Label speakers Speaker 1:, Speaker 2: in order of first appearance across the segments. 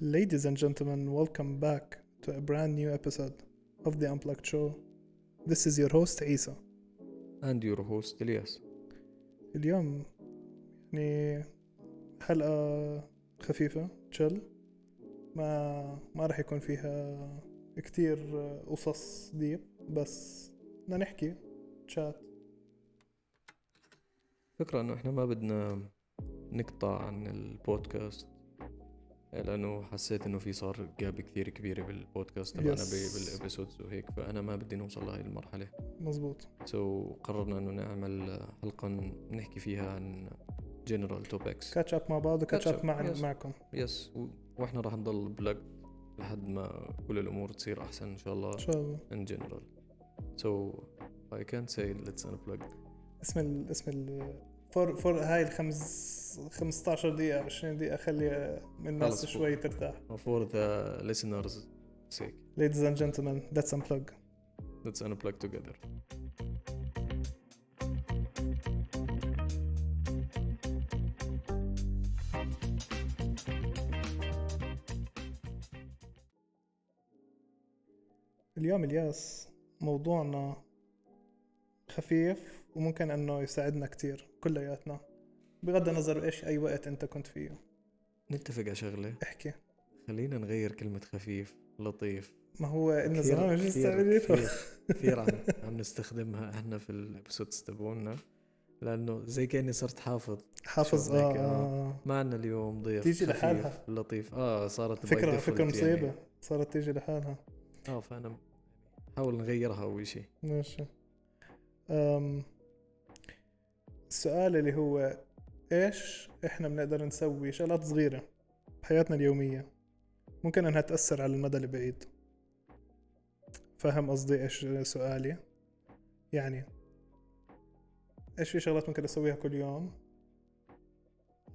Speaker 1: Ladies and gentlemen, welcome back to a brand new episode of the Unplugged Show. This is your host عيسى.
Speaker 2: اند يور هوست الياس
Speaker 1: اليوم يعني حلقة خفيفة تشل ما ما راح يكون فيها كتير قصص ديب بس بدنا نحكي تشات
Speaker 2: فكرة انه احنا ما بدنا نقطع عن البودكاست لانه حسيت انه في صار جاب كثير كبيرة بالبودكاست تبعنا
Speaker 1: Yes.
Speaker 2: بالابيسودز وهيك فانا ما بدي نوصل لهي المرحلة
Speaker 1: مزبوط
Speaker 2: سو so, قررنا انه نعمل حلقة نحكي فيها عن جنرال توبكس
Speaker 1: كاتش اب مع بعض وكاتش
Speaker 2: Catch
Speaker 1: اب
Speaker 2: up,
Speaker 1: مع
Speaker 2: yes.
Speaker 1: معكم
Speaker 2: يس واحنا راح نضل بلق لحد ما كل الامور تصير احسن ان شاء الله
Speaker 1: ان شاء الله
Speaker 2: in general so I can't say let's unplug
Speaker 1: اسم ال اسم ال فور فور هاي الخمس 15 دقيقة 20 دقيقة خلي الناس
Speaker 2: خلص فوق.
Speaker 1: شوي ترتاح
Speaker 2: for the listeners sake
Speaker 1: Ladies and gentlemen, let's unplug.
Speaker 2: let's unplug together
Speaker 1: اليوم الياس موضوعنا خفيف وممكن انه يساعدنا كتير كلياتنا بغض النظر ايش اي وقت انت كنت فيه
Speaker 2: نتفق على شغله
Speaker 1: احكي
Speaker 2: خلينا نغير كلمه خفيف لطيف
Speaker 1: ما هو إلنا زمان مش
Speaker 2: كثير
Speaker 1: مستعملينه
Speaker 2: كثير- كثير عم, عم نستخدمها احنا في الابسودز تبعونا لانه زي كاني صرت حافظ
Speaker 1: حافظ
Speaker 2: شغلك،
Speaker 1: آه,
Speaker 2: آه.
Speaker 1: آه.
Speaker 2: معنا اليوم ضيف
Speaker 1: تيجي
Speaker 2: خفيف،
Speaker 1: لحالها.
Speaker 2: لطيف اه صارت by
Speaker 1: فكرة فكرة
Speaker 2: default
Speaker 1: مصيبة
Speaker 2: يعني.
Speaker 1: صارت تيجي لحالها
Speaker 2: اه فانا حاول نغيرها اول شيء
Speaker 1: ماشي أم السؤال اللي هو ايش احنا بنقدر نسوي شغلات صغيرة بحياتنا اليومية ممكن انها تأثر على المدى البعيد فاهم قصدي ايش سؤالي يعني ايش في شغلات ممكن اسويها كل يوم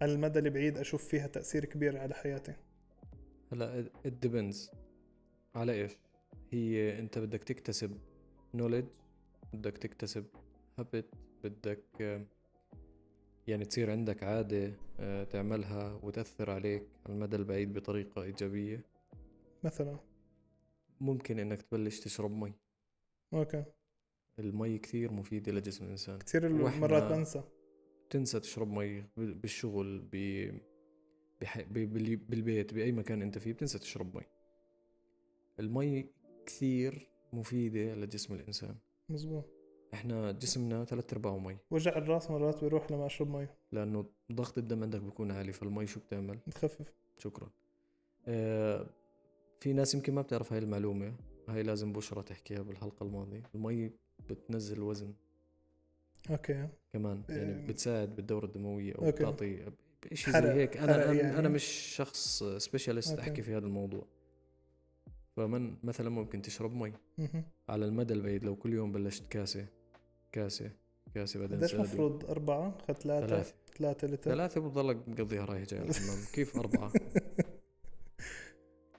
Speaker 1: على المدى البعيد اشوف فيها تأثير كبير على حياتي
Speaker 2: هلا it depends على ايش هي انت بدك تكتسب knowledge بدك تكتسب habit بدك آم، يعني تصير عندك عادة آه، تعملها وتأثر عليك على المدى البعيد بطريقة إيجابية
Speaker 1: مثلا
Speaker 2: ممكن إنك تبلش تشرب مي
Speaker 1: اوكي
Speaker 2: المي كثير مفيدة لجسم الإنسان
Speaker 1: كثير
Speaker 2: وإحنا-
Speaker 1: مرات بنسى
Speaker 2: تنسى تشرب مي ب- بالشغل ب... بح... ب... بال- بالبيت بأي مكان أنت فيه بتنسى تشرب مي المي كثير مفيدة لجسم الإنسان
Speaker 1: مزبوط
Speaker 2: إحنا جسمنا ثلاث أرباعه مي
Speaker 1: وجع الراس مرات بيروح لما اشرب مي
Speaker 2: لأنه ضغط الدم عندك بيكون عالي فالمي شو بتعمل
Speaker 1: بتخفف
Speaker 2: شكرا آه في ناس يمكن ما بتعرف هاي المعلومة هاي لازم بشرة تحكيها بالحلقة الماضية المي بتنزل الوزن
Speaker 1: اوكي
Speaker 2: كمان
Speaker 1: إيه.
Speaker 2: يعني بتساعد بالدورة الدموية أو
Speaker 1: أوكي.
Speaker 2: بتعطي شيء
Speaker 1: حرق-
Speaker 2: زي هيك
Speaker 1: حرق
Speaker 2: أنا أنا,
Speaker 1: يعني.
Speaker 2: يعني. أنا مش شخص سبيشالست
Speaker 1: أوكي.
Speaker 2: أحكي في هذا الموضوع فمن مثلا ممكن تشرب مي
Speaker 1: مهم.
Speaker 2: على المدى البعيد لو كل يوم بلشت كاسة كاسة كاسة بعدين
Speaker 1: قديش
Speaker 2: زادوا.
Speaker 1: مفروض أربعة خد ثلاثة
Speaker 2: ثلاثة
Speaker 1: ثلاثة لتر
Speaker 2: ثلاثة بضلك مقضيها رايح جاي على الحمام كيف أربعة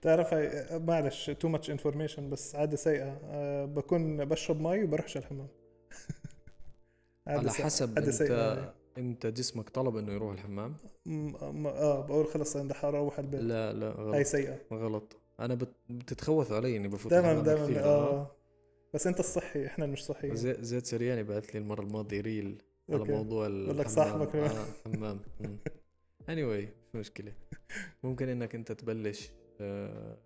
Speaker 1: تعرف هاي- معلش تو ماتش انفورميشن بس عادة سيئة أه بكون بشرب مي وبروحش على الحمام عادة
Speaker 2: على
Speaker 1: سيئة.
Speaker 2: حسب
Speaker 1: عادة
Speaker 2: أنت
Speaker 1: سيئة يعني.
Speaker 2: أنت جسمك طلب إنه يروح الحمام
Speaker 1: م- م- اه بقول خلص انا رح اروح على البيت
Speaker 2: لا لا
Speaker 1: هاي
Speaker 2: غلط
Speaker 1: سيئة
Speaker 2: غلط أنا بت- بتتخوث علي إني بفوت
Speaker 1: دائما
Speaker 2: الحمام كثير، آه.
Speaker 1: دائما اه بس انت الصحي احنا مش صحيين
Speaker 2: زي- زيد سرياني بعث لي المرة الماضية ريل على
Speaker 1: إيه. أوكي.
Speaker 2: موضوع
Speaker 1: لك
Speaker 2: الحمام
Speaker 1: صاحبك لو-
Speaker 2: آه حمام اني واي مش مشكلة ممكن انك انت تبلش آه،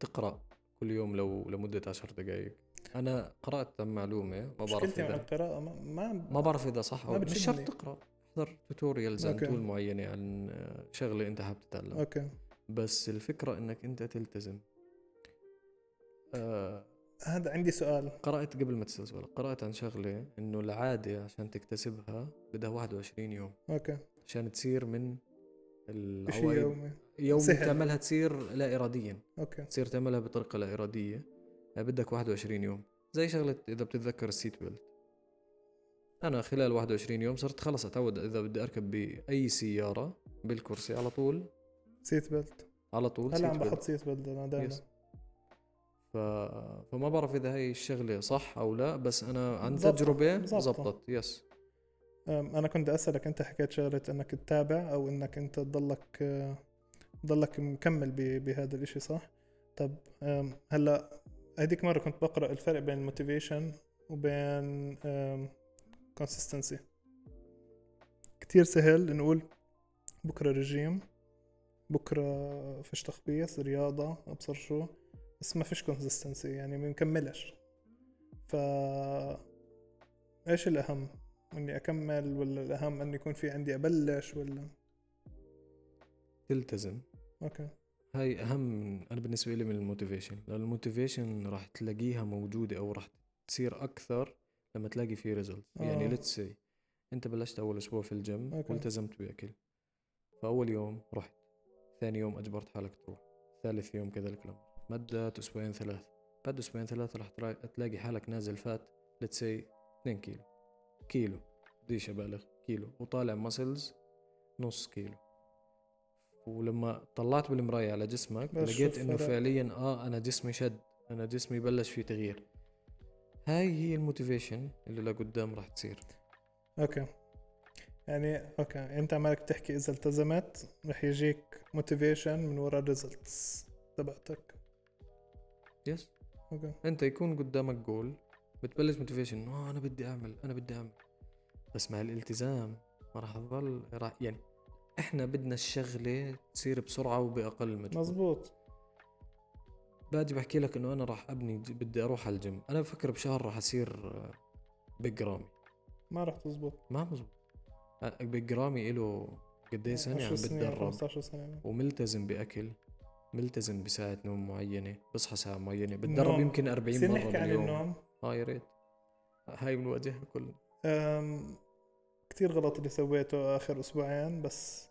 Speaker 2: تقرا كل يوم لو لمدة عشر دقائق انا قرأت عن معلومة ما بعرف
Speaker 1: مشكلتي مع
Speaker 2: اذا
Speaker 1: القراءة ما, ما
Speaker 2: ما بعرف اذا صح
Speaker 1: ما
Speaker 2: او مش
Speaker 1: بتشدني.
Speaker 2: شرط تقرا احضر توتوريالز عن
Speaker 1: أوكي.
Speaker 2: تول معينة عن آه، شغلة انت حابب تتعلم
Speaker 1: اوكي
Speaker 2: بس الفكرة انك انت تلتزم آه،
Speaker 1: هذا عندي سؤال
Speaker 2: قرأت قبل ما تسأل سؤال قرأت عن شغلة إنه العادة عشان تكتسبها بدها 21 يوم
Speaker 1: اوكي
Speaker 2: عشان تصير من
Speaker 1: شيء
Speaker 2: العوايد
Speaker 1: يومي
Speaker 2: يوم
Speaker 1: سحر.
Speaker 2: تعملها تصير لا إراديا
Speaker 1: اوكي
Speaker 2: تصير تعملها بطريقة لا إرادية يعني بدك 21 يوم زي شغلة إذا بتتذكر السيت بيلت أنا خلال 21 يوم صرت خلص أتعود إذا بدي أركب بأي سيارة بالكرسي على طول
Speaker 1: سيت بيلت
Speaker 2: على طول
Speaker 1: هلا
Speaker 2: seat
Speaker 1: عم
Speaker 2: belt.
Speaker 1: بحط سيت بيلت انا دائما
Speaker 2: يس. ف... فما بعرف اذا هاي الشغله صح او لا بس انا عن
Speaker 1: زبطت،
Speaker 2: تجربه
Speaker 1: زبطت.
Speaker 2: زبطت يس
Speaker 1: أم، انا كنت اسالك انت حكيت شغله انك تتابع او انك انت تضلك آه، ضلك مكمل ب- بهذا الاشي صح طب أم، هلا هديك مره كنت بقرا الفرق بين الموتيفيشن وبين كونسستنسي كتير سهل نقول بكره رجيم بكره فيش تخبيص رياضه ابصر شو بس ما فيش كونسستنسي يعني ما بنكملش ف ايش الاهم اني اكمل ولا الاهم اني يكون في عندي ابلش ولا
Speaker 2: تلتزم
Speaker 1: اوكي
Speaker 2: هاي اهم من- انا بالنسبه لي من الموتيفيشن لان الموتيفيشن راح تلاقيها موجوده او راح تصير اكثر لما تلاقي في ريزلت يعني
Speaker 1: آه.
Speaker 2: ليتس سي انت بلشت اول اسبوع في الجيم
Speaker 1: أوكي.
Speaker 2: والتزمت باكل فاول يوم رحت ثاني يوم اجبرت حالك تروح ثالث يوم كذلك الامر مدت اسبوعين ثلاث بعد اسبوعين ثلاثه راح ترا- تلاقي حالك نازل فات ليتس سي 2 كيلو كيلو بديش ابالغ كيلو وطالع مسلز نص كيلو ولما طلعت بالمرايه على جسمك
Speaker 1: بس
Speaker 2: لقيت
Speaker 1: شوف
Speaker 2: انه
Speaker 1: فرق.
Speaker 2: فعليا اه انا جسمي شد انا جسمي بلش فيه تغيير هاي هي الموتيفيشن اللي لقدام راح تصير
Speaker 1: اوكي يعني اوكي انت عمالك تحكي اذا التزمت رح يجيك موتيفيشن من وراء الريزلتس تبعتك
Speaker 2: يس
Speaker 1: اوكي
Speaker 2: انت يكون قدامك جول بتبلش موتيفيشن اه انا بدي اعمل انا بدي اعمل بس مع الالتزام ما راح تضل راح يعني احنا بدنا الشغله تصير بسرعه وباقل مجهود
Speaker 1: مزبوط
Speaker 2: باجي بحكي لك انه انا راح ابني ج- بدي اروح على الجيم انا بفكر بشهر راح اصير بيج رامي
Speaker 1: ما رح تزبط
Speaker 2: ما مزبوط بيج رامي له قد ايه سنه عم
Speaker 1: 10 يعني سنين أو
Speaker 2: بتدرب
Speaker 1: 15 سنه
Speaker 2: وملتزم باكل ملتزم بساعه نوم معينه بصحى ساعه معينه بتدرب
Speaker 1: النوم.
Speaker 2: يمكن 40
Speaker 1: بصير
Speaker 2: مره
Speaker 1: نحكي عن
Speaker 2: باليوم
Speaker 1: النوم
Speaker 2: اه يا ريت هاي بنواجهها كلنا
Speaker 1: أم كتير غلط اللي سويته آخر أسبوعين بس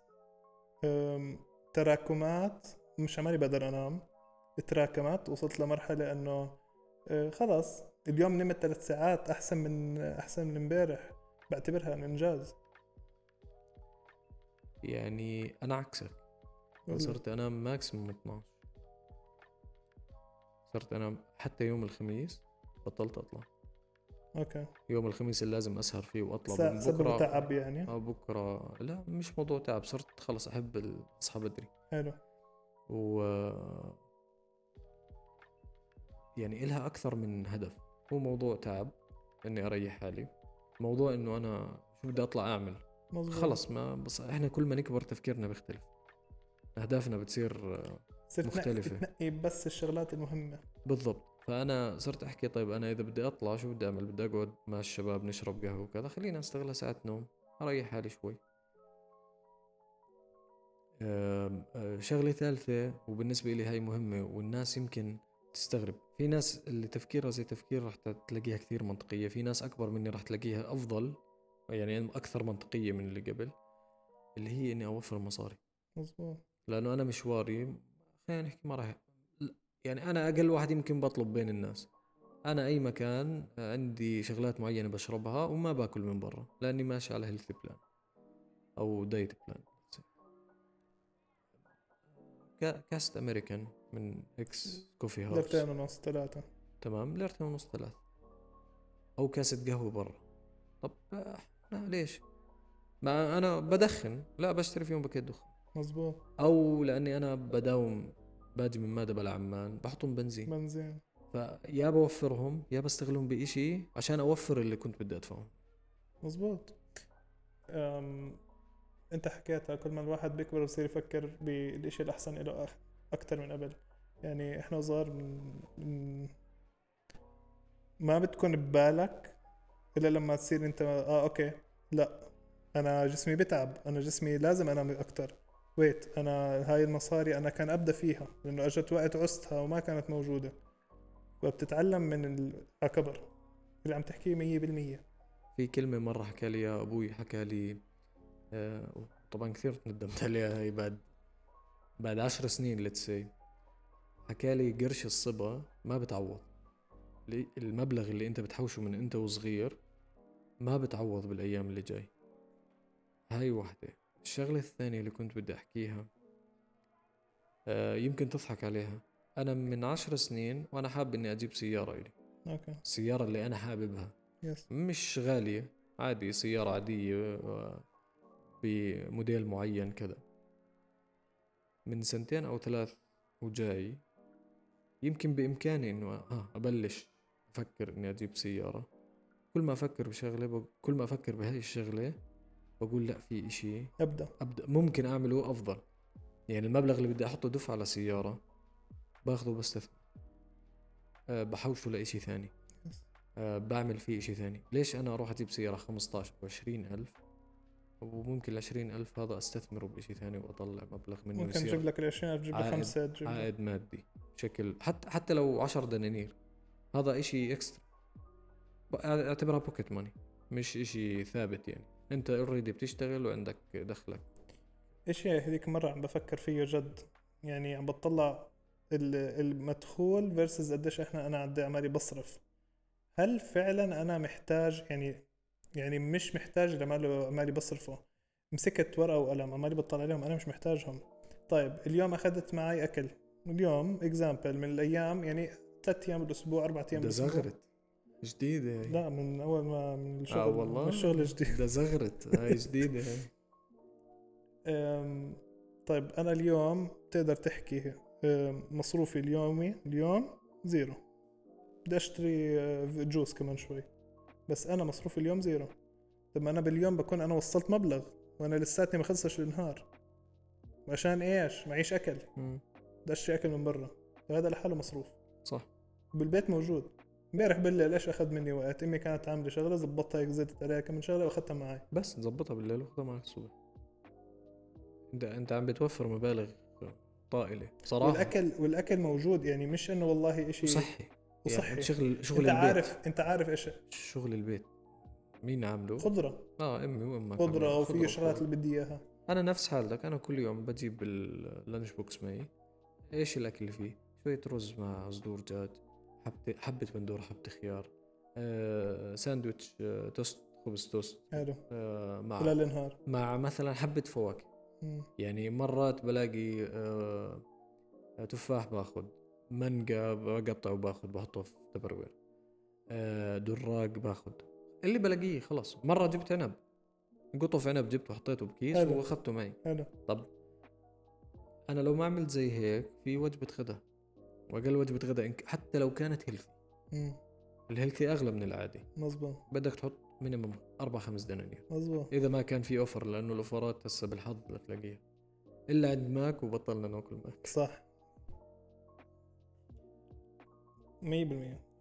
Speaker 1: أم تراكمات مش عمالي بقدر أنام تراكمت وصلت لمرحلة إنه أه، خلص اليوم نمت ثلاث ساعات أحسن من أحسن من امبارح بعتبرها إن إنجاز
Speaker 2: يعني انا عكسك أنا صرت انام ماكسيموم 12 صرت انام حتى يوم الخميس بطلت اطلع
Speaker 1: أوكي
Speaker 2: يوم الخميس اللي لازم اسهر فيه واطلع
Speaker 1: س-
Speaker 2: من
Speaker 1: سبب تعب يعني
Speaker 2: آه بكره لا مش موضوع تعب صرت خلص احب ال- اصحى بدري
Speaker 1: حلو
Speaker 2: و يعني إلها أكثر من هدف هو موضوع تعب إني أريح حالي موضوع إنه أنا شو بدي أطلع أعمل
Speaker 1: مظبوط
Speaker 2: خلص ما بص إحنا كل ما نكبر تفكيرنا بيختلف أهدافنا بتصير آه،
Speaker 1: صرت تنقي-
Speaker 2: مختلفة.
Speaker 1: تنقي بس الشغلات المهمة
Speaker 2: بالضبط فأنا صرت أحكي طيب أنا إذا بدي أطلع شو بدي أعمل بدي أقعد مع الشباب نشرب قهوة وكذا خلينا أستغلها ساعة نوم أريح حالي شوي آم، آه، شغلة ثالثة وبالنسبة لي هاي مهمة والناس يمكن تستغرب في ناس اللي تفكيرها زي تفكير راح تلاقيها كثير منطقية في ناس أكبر مني راح تلاقيها أفضل يعني أكثر منطقية من اللي قبل اللي هي إني أوفر مصاري
Speaker 1: مظبوط
Speaker 2: لأنه أنا مشواري خلينا نحكي ما راح ل- يعني أنا أقل واحد يمكن بطلب بين الناس أنا أي مكان عندي شغلات معينة بشربها وما باكل من برا لأني ماشي على هيلث بلان أو دايت بلان كاست أمريكان من إكس كوفي هاوس
Speaker 1: لتين ونص ثلاثة
Speaker 2: تمام ليرتين ونص ثلاث او كاسه قهوه برا طب آه، لا ليش ما انا بدخن لا بشتري في يوم باكيت دخان
Speaker 1: مظبوط
Speaker 2: او لاني انا بداوم باجي من ماده بلا عمان بحطهم بنزين
Speaker 1: بنزين
Speaker 2: فيا بوفرهم يا بستغلهم بإشي عشان اوفر اللي كنت بدي ادفعه
Speaker 1: مظبوط أم... انت حكيتها كل ما الواحد بيكبر بصير يفكر بالشيء الاحسن له أخ... اكثر من قبل يعني احنا صغار من... من... ما بتكون ببالك الا لما تصير انت اه اوكي لا انا جسمي بتعب انا جسمي لازم انام اكثر ويت انا هاي المصاري انا كان ابدا فيها لانه اجت وقت عستها وما كانت موجوده وبتتعلم من ال- الكبر اللي عم تحكيه 100%
Speaker 2: في كلمه مره حكى لي إياها ابوي حكى لي آه، طبعا كثير تندمت عليها هي بعد بعد عشر سنين لتسي حكى لي قرش الصبا ما بتعوض لي- المبلغ اللي انت بتحوشه من انت وصغير ما بتعوض بالايام اللي جاي هاي واحدة الشغلة الثانية اللي كنت بدي احكيها آه، يمكن تضحك عليها انا من عشر سنين وانا حاب اني اجيب سيارة الي
Speaker 1: اوكي
Speaker 2: السيارة اللي انا حاببها
Speaker 1: يس
Speaker 2: مش غالية عادي سيارة عادية آه، بموديل معين كذا من سنتين او ثلاث وجاي يمكن بامكاني انه اه ابلش افكر اني اجيب سياره كل ما افكر بشغله بق- كل ما افكر بهاي الشغله بقول لا في اشي
Speaker 1: ابدا
Speaker 2: ابدا ممكن اعمله افضل يعني المبلغ اللي بدي احطه دفعه على سياره باخذه بستثمر أه بحوشه لإشي ثاني أه بعمل فيه إشي ثاني ليش أنا أروح أجيب سيارة 15 أو 20 ألف وممكن العشرين ألف هذا أستثمره بإشي ثاني وأطلع مبلغ منه
Speaker 1: ممكن
Speaker 2: يصير
Speaker 1: تجيب لك ال 20000 تجيب لك
Speaker 2: عائد-
Speaker 1: خمسه تجيب لك-
Speaker 2: عائد مادي بشكل حتى حتى لو 10 دنانير هذا اشي اكسترا اعتبرها بوكيت ماني مش اشي ثابت يعني انت اوريدي بتشتغل وعندك دخلك
Speaker 1: اشي هذيك مرة عم بفكر فيه جد يعني عم بطلع ال- المدخول versus قديش احنا انا قد إيه عمالي بصرف هل فعلا انا محتاج يعني يعني مش محتاج لماله عمالي بصرفه مسكت ورقة وقلم عمالي بطلع عليهم انا مش محتاجهم طيب اليوم اخذت معي اكل اليوم اكزامبل من الايام يعني ثلاث ايام بالاسبوع اربع ايام
Speaker 2: ده
Speaker 1: بالاسبوع
Speaker 2: زغرت جديدة هاي
Speaker 1: لا من اول ما من الشغل
Speaker 2: آه، والله.
Speaker 1: من الشغل الجديد
Speaker 2: ده زغرت هاي جديدة هاي
Speaker 1: أم، طيب انا اليوم تقدر تحكي أم، مصروفي اليومي اليوم زيرو بدي اشتري أه، جوز كمان شوي بس انا مصروفي اليوم زيرو طب ما انا باليوم بكون انا وصلت مبلغ وانا لساتني ما خلصش النهار عشان ايش معيش اكل
Speaker 2: مم.
Speaker 1: بدي اشتري اكل من برا هذا لحاله مصروف
Speaker 2: صح
Speaker 1: بالبيت موجود امبارح بالليل ايش اخذ مني وقت امي كانت عامله شغله زبطتها هيك زدت عليها كم من شغله واخذتها معي
Speaker 2: بس تظبطها بالليل وخذها معك الصبح انت انت عم بتوفر مبالغ طائلة صراحة
Speaker 1: والاكل والاكل موجود يعني مش انه والله شيء
Speaker 2: وصحي
Speaker 1: وصحي
Speaker 2: يعني شغل
Speaker 1: انت
Speaker 2: شغل البيت
Speaker 1: عارف انت عارف ايش
Speaker 2: شغل البيت مين عامله؟
Speaker 1: خضره
Speaker 2: اه امي وامك
Speaker 1: خضره
Speaker 2: عاملين
Speaker 1: وفي شغلات
Speaker 2: وخضرة.
Speaker 1: اللي بدي اياها
Speaker 2: انا نفس حالتك انا كل يوم بجيب اللانش بوكس معي ايش الاكل اللي فيه؟ شويه رز مع صدور دجاج حبه حبه بندوره حبه خيار آه ساندويتش آه توست خبز توست
Speaker 1: حلو
Speaker 2: آه مع
Speaker 1: خلال النهار
Speaker 2: مع مثلا حبه فواكه
Speaker 1: مم.
Speaker 2: يعني مرات بلاقي آه، تفاح باخذ مانجا بقطع وباخذ بحطه في تبروير آه، دراق باخذ اللي بلاقيه خلاص مره جبت عنب قطف عنب جبته حطيته بكيس
Speaker 1: حلو.
Speaker 2: واخذته معي
Speaker 1: حلو
Speaker 2: انا لو ما عملت زي هيك في وجبه غدا واقل وجبه غدا إن- حتى لو كانت هيلثي
Speaker 1: مم.
Speaker 2: الهيلثي اغلى من العادي
Speaker 1: مزبوط
Speaker 2: بدك تحط مينيمم اربع خمس دنانير
Speaker 1: مزبوط
Speaker 2: اذا ما كان في اوفر لانه الاوفرات هسه بالحظ بتلاقيها الا عند ماك وبطلنا ناكل ماك
Speaker 1: صح 100%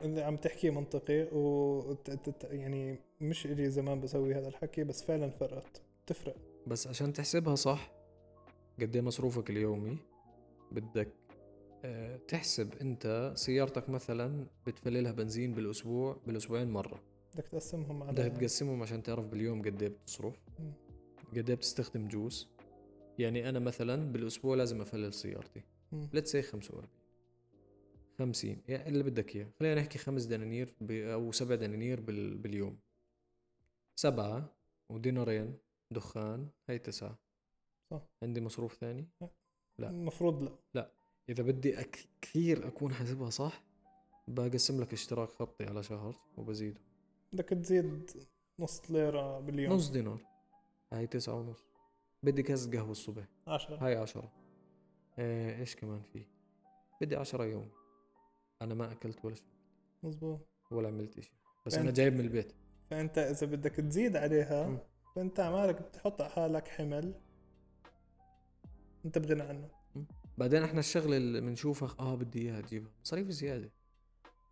Speaker 1: اللي عم تحكي منطقي و ت- ت- ت- يعني مش الي زمان بسوي هذا الحكي بس فعلا فرقت تفرق
Speaker 2: بس عشان تحسبها صح قد ايه مصروفك اليومي بدك آه، تحسب انت سيارتك مثلا بتفللها بنزين بالاسبوع بالاسبوعين مره
Speaker 1: بدك تقسمهم
Speaker 2: بدك
Speaker 1: على
Speaker 2: تقسمهم عشان تعرف باليوم قد ايه بتصرف
Speaker 1: مم.
Speaker 2: قد ايه بتستخدم جوز يعني انا مثلا بالاسبوع لازم افلل سيارتي
Speaker 1: مم.
Speaker 2: ليتس سي 45 50 يعني اللي بدك اياه خلينا نحكي خمس دنانير ب... او سبع دنانير بال... باليوم سبعة ودينارين دخان هي تسعة
Speaker 1: صح.
Speaker 2: عندي مصروف ثاني لا.
Speaker 1: المفروض لا
Speaker 2: إذا بدي أك... كثير أكون حاسبها صح بقسم لك اشتراك خطي على شهر وبزيده
Speaker 1: بدك تزيد نص ليره باليوم
Speaker 2: نص دينار هاي تسعة ونص بدي كاس قهوة الصبح
Speaker 1: 10
Speaker 2: هاي عشرة آه ايش كمان في بدي عشرة يوم انا ما اكلت ولا شيء
Speaker 1: مزبوط
Speaker 2: ولا عملت شيء بس
Speaker 1: فأنت-
Speaker 2: انا جايب من البيت
Speaker 1: فانت اذا بدك تزيد
Speaker 2: مم.
Speaker 1: عليها فانت مالك بتحط على حالك حمل انت بغنى عنه
Speaker 2: بعدين احنا الشغله اللي بنشوفها اه بدي اياها اجيبها مصاريف زياده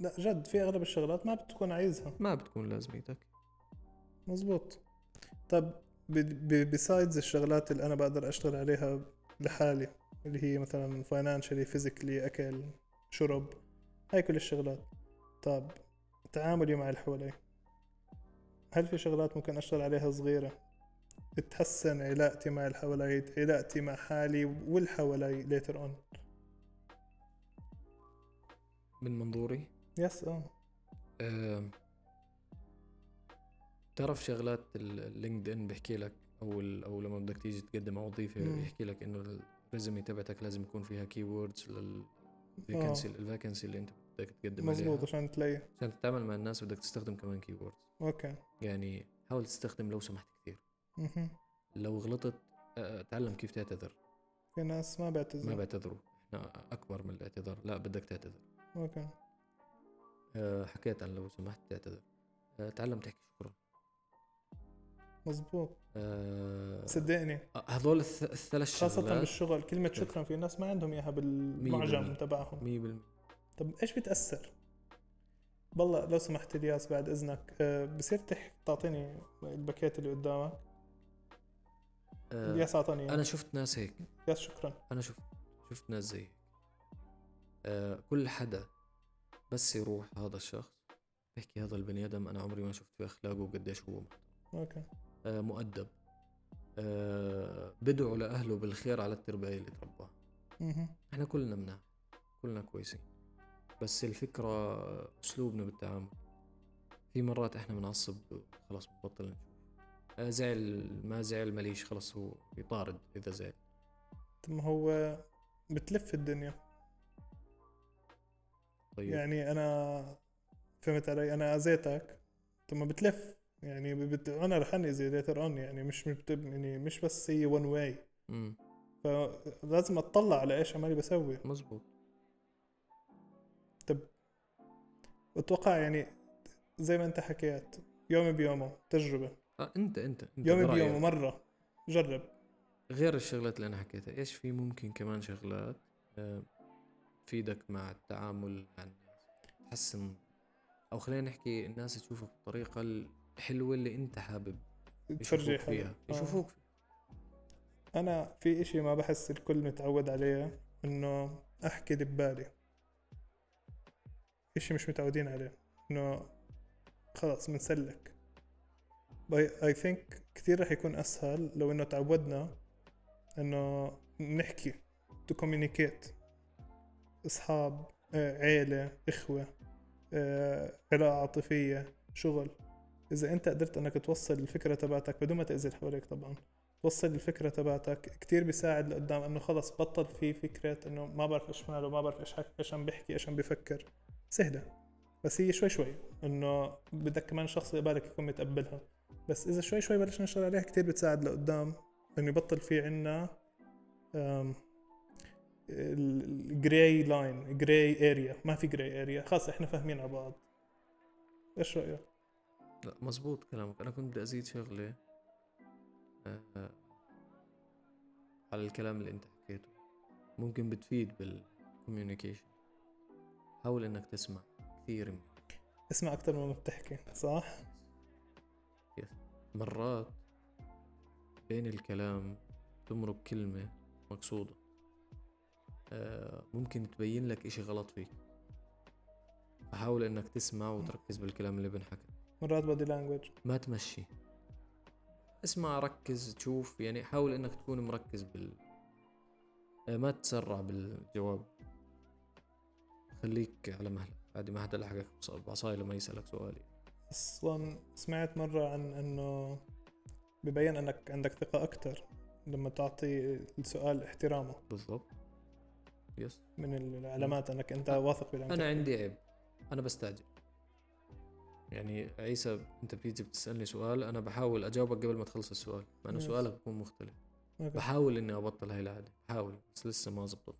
Speaker 1: لا جد في اغلب الشغلات ما بتكون عايزها
Speaker 2: ما بتكون لازميتك
Speaker 1: مزبوط طب بسايدز الشغلات اللي انا بقدر اشتغل عليها لحالي اللي هي مثلا فاينانشلي فيزيكلي اكل شرب هاي كل الشغلات طب تعاملي مع اللي حوالي هل في شغلات ممكن اشتغل عليها صغيرة تحسن علاقتي مع اللي حوالي علاقتي مع حالي واللي حوالي later on
Speaker 2: من منظوري
Speaker 1: يس اه
Speaker 2: آه تعرف شغلات اللينكد ان بيحكي لك او ال- او لما بدك تيجي تقدم على وظيفه
Speaker 1: مم.
Speaker 2: بيحكي لك انه الريزمي تبعتك لازم يكون فيها كي ووردز
Speaker 1: آه.
Speaker 2: للفيكنسي الفاكنسي اللي انت بدك تقدم عليها
Speaker 1: مزبوط عشان تلاقي
Speaker 2: عشان تتعامل مع الناس بدك تستخدم كمان كيوردز
Speaker 1: اوكي
Speaker 2: يعني حاول تستخدم لو سمحت كثير
Speaker 1: مهم.
Speaker 2: لو غلطت آه، تعلم كيف تعتذر
Speaker 1: في ناس ما
Speaker 2: ما
Speaker 1: بيعتذروا
Speaker 2: بيعتذروا احنا اكبر من الاعتذار لا بدك تعتذر
Speaker 1: اوكي
Speaker 2: أه، حكيت عن لو سمحت تعتذر أه، تعلم تحكي شكرا
Speaker 1: مزبوط
Speaker 2: أه،
Speaker 1: صدقني
Speaker 2: أه، هذول الث- الثلاث
Speaker 1: خاصة
Speaker 2: شغلات إيه.
Speaker 1: بالشغل كلمة شكرا في ناس ما عندهم اياها بالمعجم
Speaker 2: بالمية.
Speaker 1: تبعهم
Speaker 2: 100%
Speaker 1: طب ايش بتاثر؟ بالله لو سمحت الياس بعد اذنك آه، بصير تحكي تعطيني الباكيت اللي قدامك
Speaker 2: أه،
Speaker 1: الياس اعطاني إياه.
Speaker 2: انا شفت ناس هيك
Speaker 1: الياس شكرا
Speaker 2: انا شفت شفت ناس زي هيك. أه، كل حدا بس يروح هذا الشخص بيحكي هذا البني ادم انا عمري ما شفت في اخلاقه وقديش هو
Speaker 1: اوكي
Speaker 2: آه، مؤدب آه، بدعو لأهله بالخير على التربية اللي ترباه
Speaker 1: مهم.
Speaker 2: احنا كلنا منها كلنا كويسين بس الفكرة آه، أسلوبنا بالتعامل في مرات احنا بنعصب خلاص ببطل نشوف آه، زعل ما زعل ماليش خلاص هو يطارد إذا زعل
Speaker 1: طب ما هو بتلف الدنيا
Speaker 2: طيب
Speaker 1: يعني انا فهمت علي انا اذيتك طب ما بتلف يعني بت... انا رح انأذي ليتر اون يعني مش مش بت- يعني مش بس هي ون واي
Speaker 2: مم.
Speaker 1: فلازم اطلع على ايش عمالي بسوي
Speaker 2: مزبوط
Speaker 1: اتوقع يعني زي ما انت حكيت يوم بيومه تجربه
Speaker 2: آه انت انت, انت
Speaker 1: يوم
Speaker 2: برأيك
Speaker 1: بيومه مره جرب
Speaker 2: غير الشغلات اللي انا حكيتها ايش في ممكن كمان شغلات آه، تفيدك مع التعامل مع الناس تحسن او خلينا نحكي الناس تشوفك بالطريقه الحلوه اللي انت حابب
Speaker 1: تفرجي
Speaker 2: يشوفوك
Speaker 1: حالك.
Speaker 2: فيها
Speaker 1: آه.
Speaker 2: يشوفوك فيها.
Speaker 1: انا في اشي ما بحس الكل متعود عليه انه احكي اللي ببالي اشي مش متعودين عليه انه خلاص بنسلك اي ثينك كثير رح يكون اسهل لو انه تعودنا انه نحكي تو communicate اصحاب آه، عيلة اخوة آه، علاقة عاطفية شغل اذا انت قدرت انك توصل الفكرة تبعتك بدون ما تأذي اللي حواليك طبعا توصل الفكرة تبعتك كتير بيساعد لقدام انه خلص بطل في فكرة انه ما بعرف ايش ماله ما بعرف ايش حك... ايش عم بحكي ايش عم بفكر سهلة بس هي شوي شوي انه بدك كمان شخص اللي قبالك يكون متقبلها بس اذا شوي شوي بلشنا نشتغل عليها كتير بتساعد لقدام انه يبطل في عنا الجراي لاين جراي اريا ما في جراي اريا خلاص احنا فاهمين على بعض ايش رايك؟
Speaker 2: لا مزبوط كلامك انا كنت بدي ازيد شغله آه، آه، على الكلام اللي انت حكيته ممكن بتفيد بالكوميونيكيشن حاول انك تسمع كثير من
Speaker 1: اسمع اكثر مما بتحكي صح؟
Speaker 2: مرات بين الكلام تمرق كلمة مقصودة آه، ممكن تبين لك إشي غلط فيك فحاول إنك تسمع وتركز بالكلام اللي بنحكى
Speaker 1: مرات بودي لانجوج
Speaker 2: ما تمشي اسمع ركز تشوف يعني حاول إنك تكون مركز بال آه، ما تسرع بالجواب خليك على مهلك عادي ما حدا لحقك بص- بعصاي لما يسألك سؤال
Speaker 1: اصلا سمعت مره عن انه ببين انك عندك ثقه اكثر لما تعطي السؤال احترامه
Speaker 2: بالضبط يس
Speaker 1: من العلامات انك انت
Speaker 2: أه.
Speaker 1: واثق بالعمل
Speaker 2: انا عندي عيب انا بستعجل يعني عيسى انت بتيجي بتسالني سؤال انا بحاول اجاوبك قبل ما تخلص السؤال مع انه
Speaker 1: Yes.
Speaker 2: سؤالك بيكون مختلف
Speaker 1: أوكي.
Speaker 2: بحاول اني ابطل هاي العاده بحاول بس لسه ما زبطت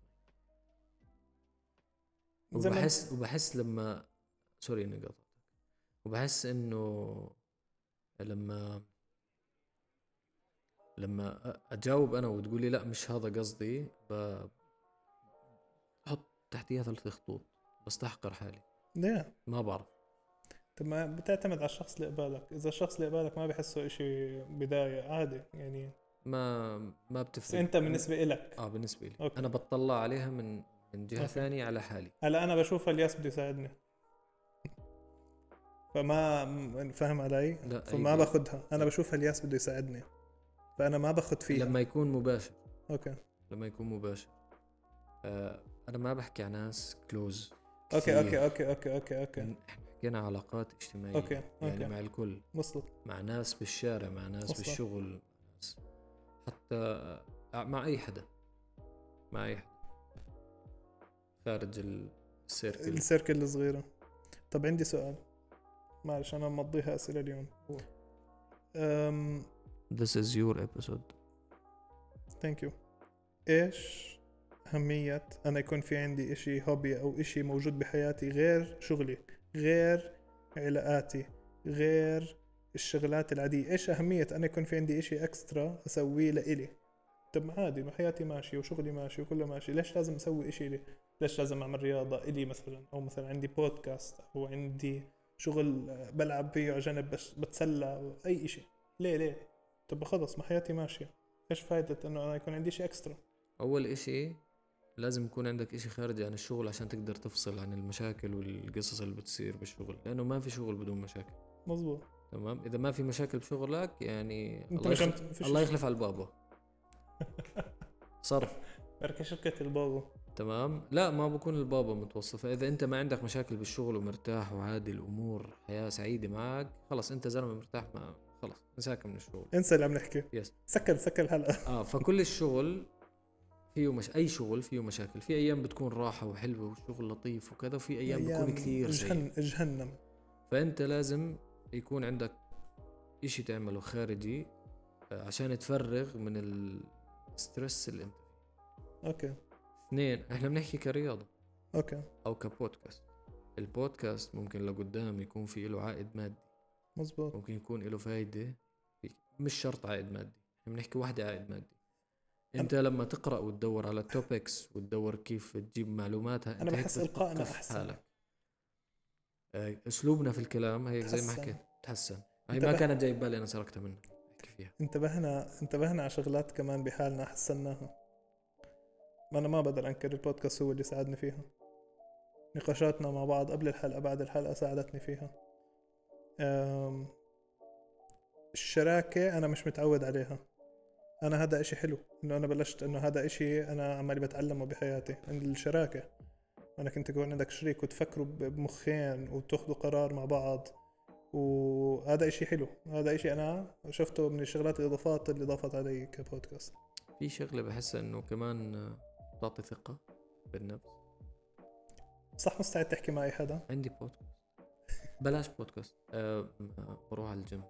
Speaker 1: زي ما-
Speaker 2: وبحس وبحس لما سوري اني قطعتك وبحس انه لما لما أ- اجاوب انا وتقولي لا مش هذا قصدي ب- بحط تحتيها ثلاث خطوط بستحقر حالي
Speaker 1: ليه؟
Speaker 2: ما بعرف
Speaker 1: طب ما بتعتمد على الشخص اللي قبالك اذا الشخص اللي قبالك ما بحسه إشي بدايه عادي يعني
Speaker 2: ما ما
Speaker 1: بس
Speaker 2: بتفرق
Speaker 1: انت بالنسبه إلك
Speaker 2: اه بالنسبه لي
Speaker 1: أوكي.
Speaker 2: أوكي. انا بطلع عليها من من جهه
Speaker 1: أوكي.
Speaker 2: ثانيه على حالي
Speaker 1: هلا انا بشوف الياس بده يساعدني فما م- فاهم علي؟
Speaker 2: لا
Speaker 1: فما
Speaker 2: أيوة.
Speaker 1: باخذها انا بشوف الياس بده يساعدني فانا ما باخذ فيها
Speaker 2: لما يكون مباشر
Speaker 1: اوكي
Speaker 2: لما يكون مباشر آه انا ما بحكي عن ناس كلوز
Speaker 1: اوكي اوكي اوكي اوكي اوكي اوكي
Speaker 2: احنا حكينا علاقات اجتماعيه
Speaker 1: اوكي
Speaker 2: يعني
Speaker 1: اوكي
Speaker 2: مع الكل
Speaker 1: وصلت
Speaker 2: مع ناس بالشارع مع ناس
Speaker 1: وصلت.
Speaker 2: بالشغل ناس حتى آه، مع اي حدا مع اي حدا خارج ال- السيركل
Speaker 1: السيركل الصغيرة طب عندي سؤال معلش أنا مضيها أسئلة اليوم
Speaker 2: قول.
Speaker 1: أم
Speaker 2: This is your episode
Speaker 1: ثانك يو ايش أهمية أنا يكون في عندي إشي هوبي أو إشي موجود بحياتي غير شغلي غير علاقاتي غير الشغلات العادية إيش أهمية أنا يكون في عندي إشي أكسترا أسويه لإلي طب عادي ما حياتي ماشي وشغلي ماشي وكله ماشي ليش لازم أسوي إشي لي ليش لازم أعمل رياضة إلي مثلا أو مثلا عندي بودكاست أو عندي شغل بلعب فيه على جنب بس بتسلى أو أي إشي ليه ليه طب خلص ما حياتي ماشية إيش فايدة إنه أنا يكون عندي إشي أكسترا
Speaker 2: اول اشي لازم يكون عندك اشي خارجي عن الشغل عشان تقدر تفصل عن المشاكل والقصص اللي بتصير بالشغل لانه ما في شغل بدون مشاكل
Speaker 1: مزبوط
Speaker 2: تمام اذا ما في مشاكل بشغلك
Speaker 1: انت
Speaker 2: يعني الله
Speaker 1: مش عم
Speaker 2: يخلف,
Speaker 1: فيش
Speaker 2: الله
Speaker 1: شيء.
Speaker 2: يخلف على البابا صرف
Speaker 1: بركة شركة البابا
Speaker 2: تمام لا ما بكون البابا متوصف فاذا انت ما عندك مشاكل بالشغل ومرتاح وعادي الامور حياه سعيده معك خلص انت زلمه مرتاح ما خلص انساك من الشغل
Speaker 1: انسى اللي عم نحكي
Speaker 2: يس.
Speaker 1: سكر سكر الحلقة
Speaker 2: اه فكل الشغل فيه مش اي شغل فيه مشاكل في ايام بتكون راحه وحلوه وشغل لطيف وكذا وفي ايام بتكون كثير سيئة.
Speaker 1: جهنم جهنم
Speaker 2: فانت لازم يكون عندك اشي تعمله خارجي آه، عشان تفرغ من الستريس اللي انت
Speaker 1: اوكي
Speaker 2: اثنين احنا بنحكي كرياضه
Speaker 1: اوكي
Speaker 2: او كبودكاست البودكاست ممكن لقدام يكون في له عائد مادي
Speaker 1: مزبوط
Speaker 2: ممكن يكون له فايده في- مش شرط عائد مادي احنا بنحكي واحده عائد مادي
Speaker 1: أنا-
Speaker 2: انت لما تقرا وتدور على التوبكس وتدور كيف تجيب معلوماتها انت
Speaker 1: انا
Speaker 2: هيك
Speaker 1: بحس القائنا
Speaker 2: بتثقف
Speaker 1: احسن
Speaker 2: حالك آه، اسلوبنا في الكلام هيك زي ما
Speaker 1: تحسن.
Speaker 2: حكيت تحسن هي
Speaker 1: أنت
Speaker 2: ما
Speaker 1: بح-
Speaker 2: كانت جاي ببالي انا سرقتها منك احكي فيها
Speaker 1: انتبهنا انتبهنا على شغلات كمان بحالنا حسناها ما انا ما بقدر انكر البودكاست هو اللي ساعدني فيها نقاشاتنا مع بعض قبل الحلقة بعد الحلقة ساعدتني فيها أم... الشراكة أنا مش متعود عليها أنا هذا إشي حلو إنه أنا بلشت إنه هذا إشي أنا عمالي بتعلمه بحياتي الشراكة إنك أنت يكون عندك شريك وتفكروا ب- بمخين وتاخذوا قرار مع بعض وهذا إشي حلو هذا إشي أنا شفته من الشغلات الإضافات اللي ضافت علي كبودكاست
Speaker 2: في شغله بحسها انه كمان آه، بتعطي ثقه بالنفس
Speaker 1: صح مستعد تحكي مع أي حدا
Speaker 2: عندي بودكاست بلاش بودكاست آه، آه، بروح على الجيم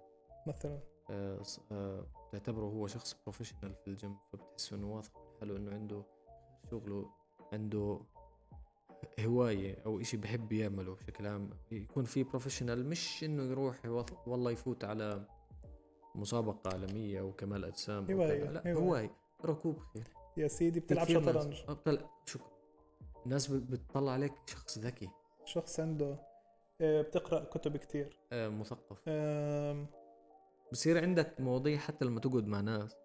Speaker 1: مثلا
Speaker 2: آه، ص- آه، تعتبره هو شخص بروفيشنال في الجيم فبتحس انه واثق من حاله انه عنده شغله عنده هواية أو إشي بحب يعمله بشكل عام يكون في بروفيشنال مش إنه يروح يوط- والله يفوت على مسابقة عالمية أو كمال أجسام أو
Speaker 1: هواية،
Speaker 2: كذا. لا
Speaker 1: هواية.
Speaker 2: هواية ركوب خيل
Speaker 1: يا سيدي بتلعب
Speaker 2: كثير ناس-
Speaker 1: شطرنج
Speaker 2: آه، بتلعب- شكرا الناس بت- بتطلع عليك شخص ذكي
Speaker 1: شخص عنده آه، بتقرأ كتب كتير
Speaker 2: آه، مثقف
Speaker 1: آم،
Speaker 2: بصير عندك مواضيع حتى لما تقعد مع ناس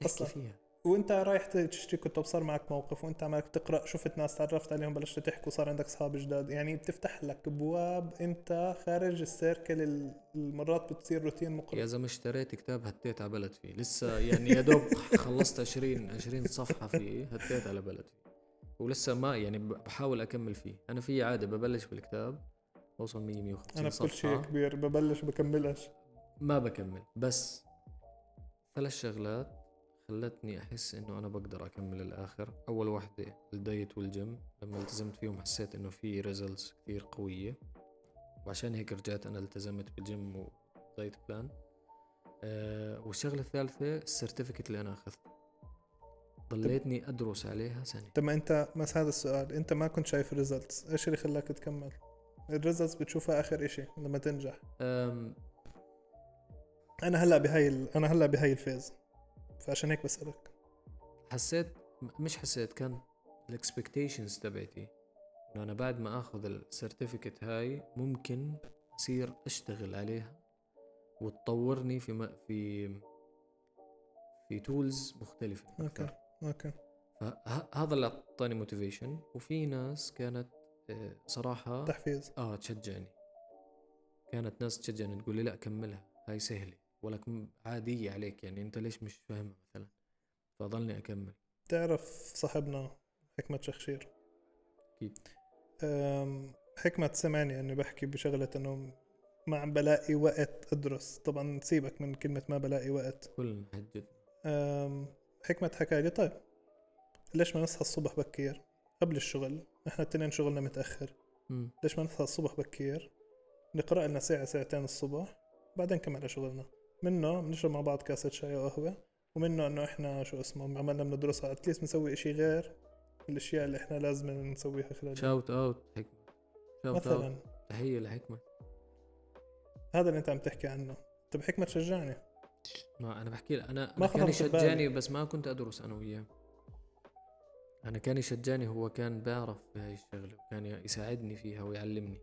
Speaker 2: تحكي
Speaker 1: أصلاً.
Speaker 2: فيها
Speaker 1: وانت رايح تشتري كتب صار معك موقف وانت عمالك تقرا شفت ناس تعرفت عليهم بلشت تحكي وصار عندك اصحاب جداد يعني بتفتح لك ابواب انت خارج السيركل ال- المرات بتصير روتين
Speaker 2: يا
Speaker 1: مقرف
Speaker 2: زلمه اشتريت كتاب هتيت على بلد فيه لسه يعني يا دوب خلصت 20 20 صفحه فيه هتيت على بلد فيه ولسه ما يعني ب- بحاول اكمل فيه انا في عاده ببلش بالكتاب بوصل 100
Speaker 1: انا
Speaker 2: 150
Speaker 1: بكل شيء
Speaker 2: صفحه
Speaker 1: كبير ببلش بكملش
Speaker 2: ما بكمل بس ثلاث شغلات خلتني احس انه انا بقدر اكمل الاخر اول واحده الدايت والجيم لما التزمت فيهم حسيت انه في ريزلتس كثير قويه وعشان هيك رجعت انا التزمت بالجيم ودايت بلان أه والشغله الثالثه السيرتيفيكت اللي انا اخذته ضليتني ادرس عليها سنه
Speaker 1: طب ما انت بس هذا السؤال انت ما كنت شايف الريزلتس ايش اللي خلاك تكمل الريزلتس بتشوفها اخر إشي لما تنجح
Speaker 2: أم
Speaker 1: انا هلا بهاي ال... انا هلا بهاي الفيز فعشان هيك بسالك
Speaker 2: حسيت م- مش حسيت كان الاكسبكتيشنز تبعتي انه انا بعد ما اخذ السيرتيفيكت هاي ممكن اصير اشتغل عليها وتطورني في م- في في تولز مختلفة
Speaker 1: اوكي
Speaker 2: أكتر.
Speaker 1: اوكي
Speaker 2: فهذا اللي اعطاني موتيفيشن وفي ناس كانت آه، صراحة
Speaker 1: تحفيز
Speaker 2: اه تشجعني كانت ناس تشجعني تقول لي لا كملها هاي سهلة ولك م- عادية عليك يعني انت ليش مش فاهمها مثلا فضلني اكمل
Speaker 1: تعرف صاحبنا حكمة شخشير
Speaker 2: أكيد.
Speaker 1: أم، حكمة سمعني اني بحكي بشغلة انه ما عم بلاقي وقت ادرس طبعا سيبك من كلمة ما بلاقي وقت
Speaker 2: كلنا هجت
Speaker 1: أم، حكمة حكى لي طيب ليش ما نصحى الصبح بكير قبل الشغل احنا التنين شغلنا متأخر
Speaker 2: مم.
Speaker 1: ليش ما نصحى الصبح بكير نقرأ لنا ساعة ساعتين الصبح بعدين نكمل على شغلنا منه بنشرب مع بعض كاسة شاي وقهوة ومنه انه احنا شو اسمه عملنا بندرسها اتليست بنسوي اشي غير الاشياء اللي احنا لازم نسويها خلال
Speaker 2: شاوت اوت حكمه شاوت اوت
Speaker 1: مثلا
Speaker 2: تحيه لحكمه
Speaker 1: هذا اللي انت عم تحكي عنه طب حكمة تشجعني
Speaker 2: ما انا بحكي لك انا
Speaker 1: ما
Speaker 2: ما كان
Speaker 1: خطرت ببالي.
Speaker 2: يشجعني بس ما كنت ادرس انا وياه انا كان يشجعني هو كان بيعرف بهاي الشغله وكان يساعدني فيها ويعلمني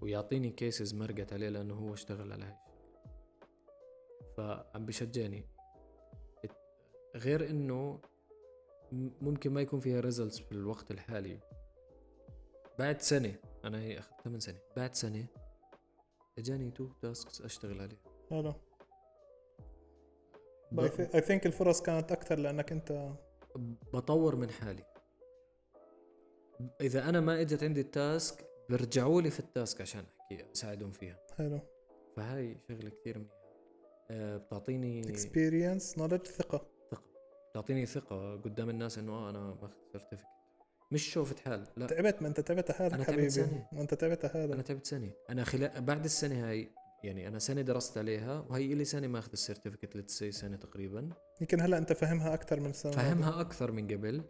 Speaker 2: ويعطيني كيسز مرقت عليه لانه هو اشتغل على هاي الشغلة. فعم بشجعني ات- غير انه م- ممكن ما يكون فيها ريزلتس في الوقت الحالي بعد سنه انا هي اخذتها من سنه بعد سنه اجاني تو تاسكس اشتغل عليه
Speaker 1: حلو اي ثينك الفرص كانت اكثر لانك انت
Speaker 2: بطور من حالي اذا انا ما اجت عندي التاسك بيرجعوا لي في التاسك عشان احكي اساعدهم فيها
Speaker 1: حلو
Speaker 2: فهاي شغله كثير منيحه آه، بتعطيني
Speaker 1: اكسبيرينس نولج ثقة
Speaker 2: بتعطيني ثقه قدام الناس انه اه انا ماخذ سيرتيفيكت مش شوفة حال لا
Speaker 1: تعبت ما انت تعبت على
Speaker 2: أنا
Speaker 1: حالك
Speaker 2: تعبت
Speaker 1: حبيبي
Speaker 2: سنة.
Speaker 1: ما انت تعبت على
Speaker 2: انا
Speaker 1: حالك
Speaker 2: تعبت سنه انا خلال بعد السنه هاي يعني انا سنه درست عليها وهي لي سنه ماخذ السيرتيفيكت لتس سنه تقريبا
Speaker 1: يمكن هلا انت فاهمها اكثر من السنة الماضية.
Speaker 2: فاهمها اكثر من قبل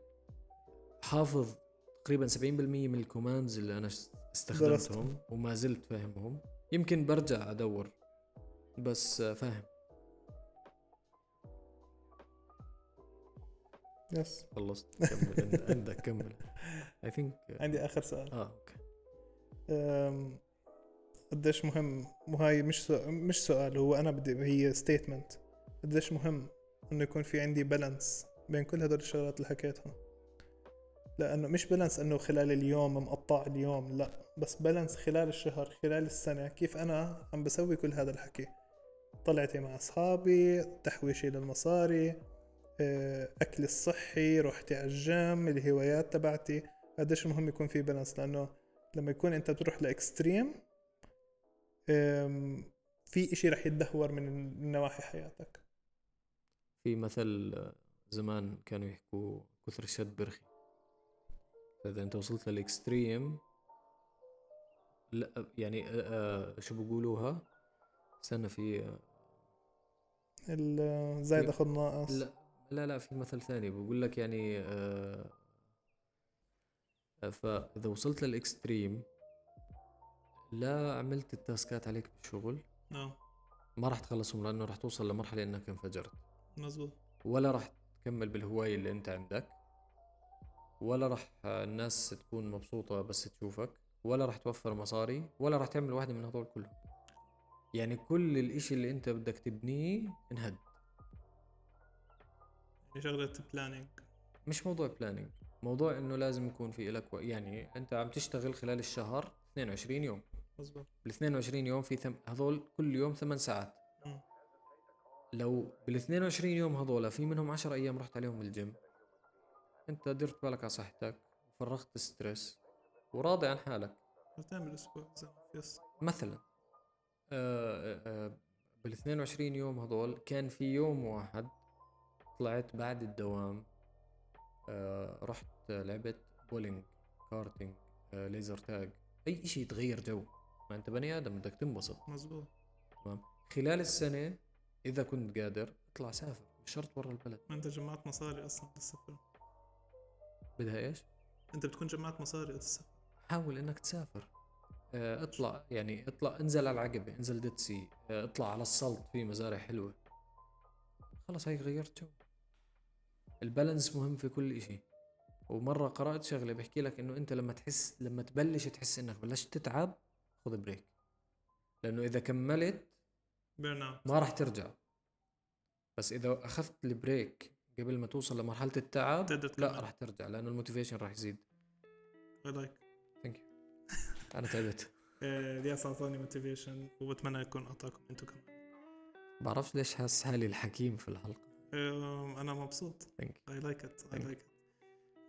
Speaker 2: حافظ تقريبا 70% من الكوماندز اللي انا استخدمتهم وما زلت فاهمهم يمكن برجع ادور بس آه، فاهم
Speaker 1: يس
Speaker 2: خلصت كمل عند- عندك كمل اي ثينك
Speaker 1: عندي اخر سؤال
Speaker 2: اه اوكي
Speaker 1: أم، قديش مهم وهاي مش سؤال مش سؤال هو انا بدي هي ستيتمنت قديش مهم انه يكون في عندي بالانس بين كل هدول الشغلات اللي حكيتها لانه مش بالانس انه خلال اليوم مقطع اليوم لا بس بالانس خلال الشهر خلال السنه كيف انا عم بسوي كل هذا الحكي طلعتي مع اصحابي تحويشي للمصاري أه، اكلي الصحي رحتي على الجيم الهوايات تبعتي قديش مهم يكون في بالانس لانه لما يكون انت بتروح لاكستريم أم، في اشي رح يتدهور من نواحي حياتك
Speaker 2: في مثل آه، زمان كانوا يحكوا كثر الشد برخي فاذا انت وصلت للاكستريم لا يعني آه، آه، شو بقولوها استنى في آه،
Speaker 1: ال- زايد
Speaker 2: لا.
Speaker 1: اخذ ناقص
Speaker 2: لا لا لا في مثل ثاني بقول لك يعني آه، آه، فاذا وصلت للاكستريم لا عملت التاسكات عليك بالشغل
Speaker 1: اه
Speaker 2: ما راح تخلصهم لانه راح توصل لمرحله انك انفجرت
Speaker 1: مزبوط
Speaker 2: ولا راح تكمل بالهوايه اللي انت عندك ولا راح آه، الناس تكون مبسوطه بس تشوفك ولا راح توفر مصاري ولا راح تعمل واحده من هذول كلهم يعني كل الاشي اللي انت بدك تبنيه انهد
Speaker 1: يعني شغله بلانينج
Speaker 2: مش موضوع بلاننج موضوع انه لازم يكون في لك يعني انت عم تشتغل خلال الشهر 22 يوم
Speaker 1: مزبوط
Speaker 2: بال 22 يوم في ثم... هذول كل يوم 8 ساعات
Speaker 1: مم.
Speaker 2: لو بال 22 يوم هذول في منهم 10 ايام رحت عليهم الجيم انت درت بالك على صحتك فرغت ستريس وراضي عن حالك
Speaker 1: مرتين بالاسبوع يس
Speaker 2: مثلا آه، آه، بال 22 يوم هذول كان في يوم واحد طلعت بعد الدوام آه، رحت لعبت بولينج كارتينج آه، ليزر تاج اي شيء يتغير جو ما انت بني ادم بدك تنبسط
Speaker 1: مزبوط
Speaker 2: خلال السنه اذا كنت قادر اطلع سافر مش شرط برا البلد
Speaker 1: ما انت جمعت مصاري اصلا للسفر
Speaker 2: بدها ايش
Speaker 1: انت بتكون جمعت مصاري للسفر
Speaker 2: حاول انك تسافر آه، اطلع يعني اطلع انزل على العقبه انزل ديد سي آه، اطلع على السلط في مزارع حلوه خلص هيك غيرت جو البالانس مهم في كل إشي ومره قرات شغله بحكي لك انه انت لما تحس لما تبلش تحس انك بلشت تتعب خذ بريك لانه اذا كملت
Speaker 1: بيرن اوت
Speaker 2: ما راح ترجع بس اذا اخذت البريك قبل ما توصل لمرحله التعب
Speaker 1: تقدر
Speaker 2: لا
Speaker 1: تكمل.
Speaker 2: راح ترجع لانه الموتيفيشن راح يزيد
Speaker 1: اي لايك
Speaker 2: ثانك يو انا تعبت
Speaker 1: آه، الياس اعطاني موتيفيشن وبتمنى اكون اعطاكم انتم كمان
Speaker 2: بعرفش ليش حاسس حالي الحكيم في الحلقه
Speaker 1: أم، انا آه، مبسوط
Speaker 2: ثانك
Speaker 1: I like it. I
Speaker 2: Thank
Speaker 1: like it.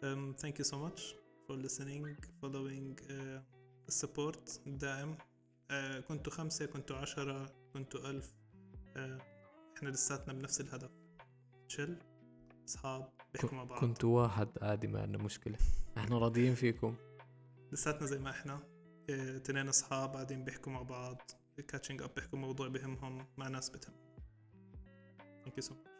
Speaker 1: Um, thank you so much for listening, following uh, السبورت الدائم. Uh, كنتوا خمسة، كنتوا عشرة، كنتوا ألف. Uh, احنا لساتنا بنفس الهدف. تشل، أصحاب، بيحكوا مع بعض.
Speaker 2: كنت واحد عادي ما عندنا مشكله احنا راضيين فيكم
Speaker 1: لساتنا زي ما احنا. Uh, تنين أصحاب قاعدين بيحكوا مع بعض. كاتشنج أب بيحكوا موضوع بهمهم مع ناس بتهم. Thank you so much.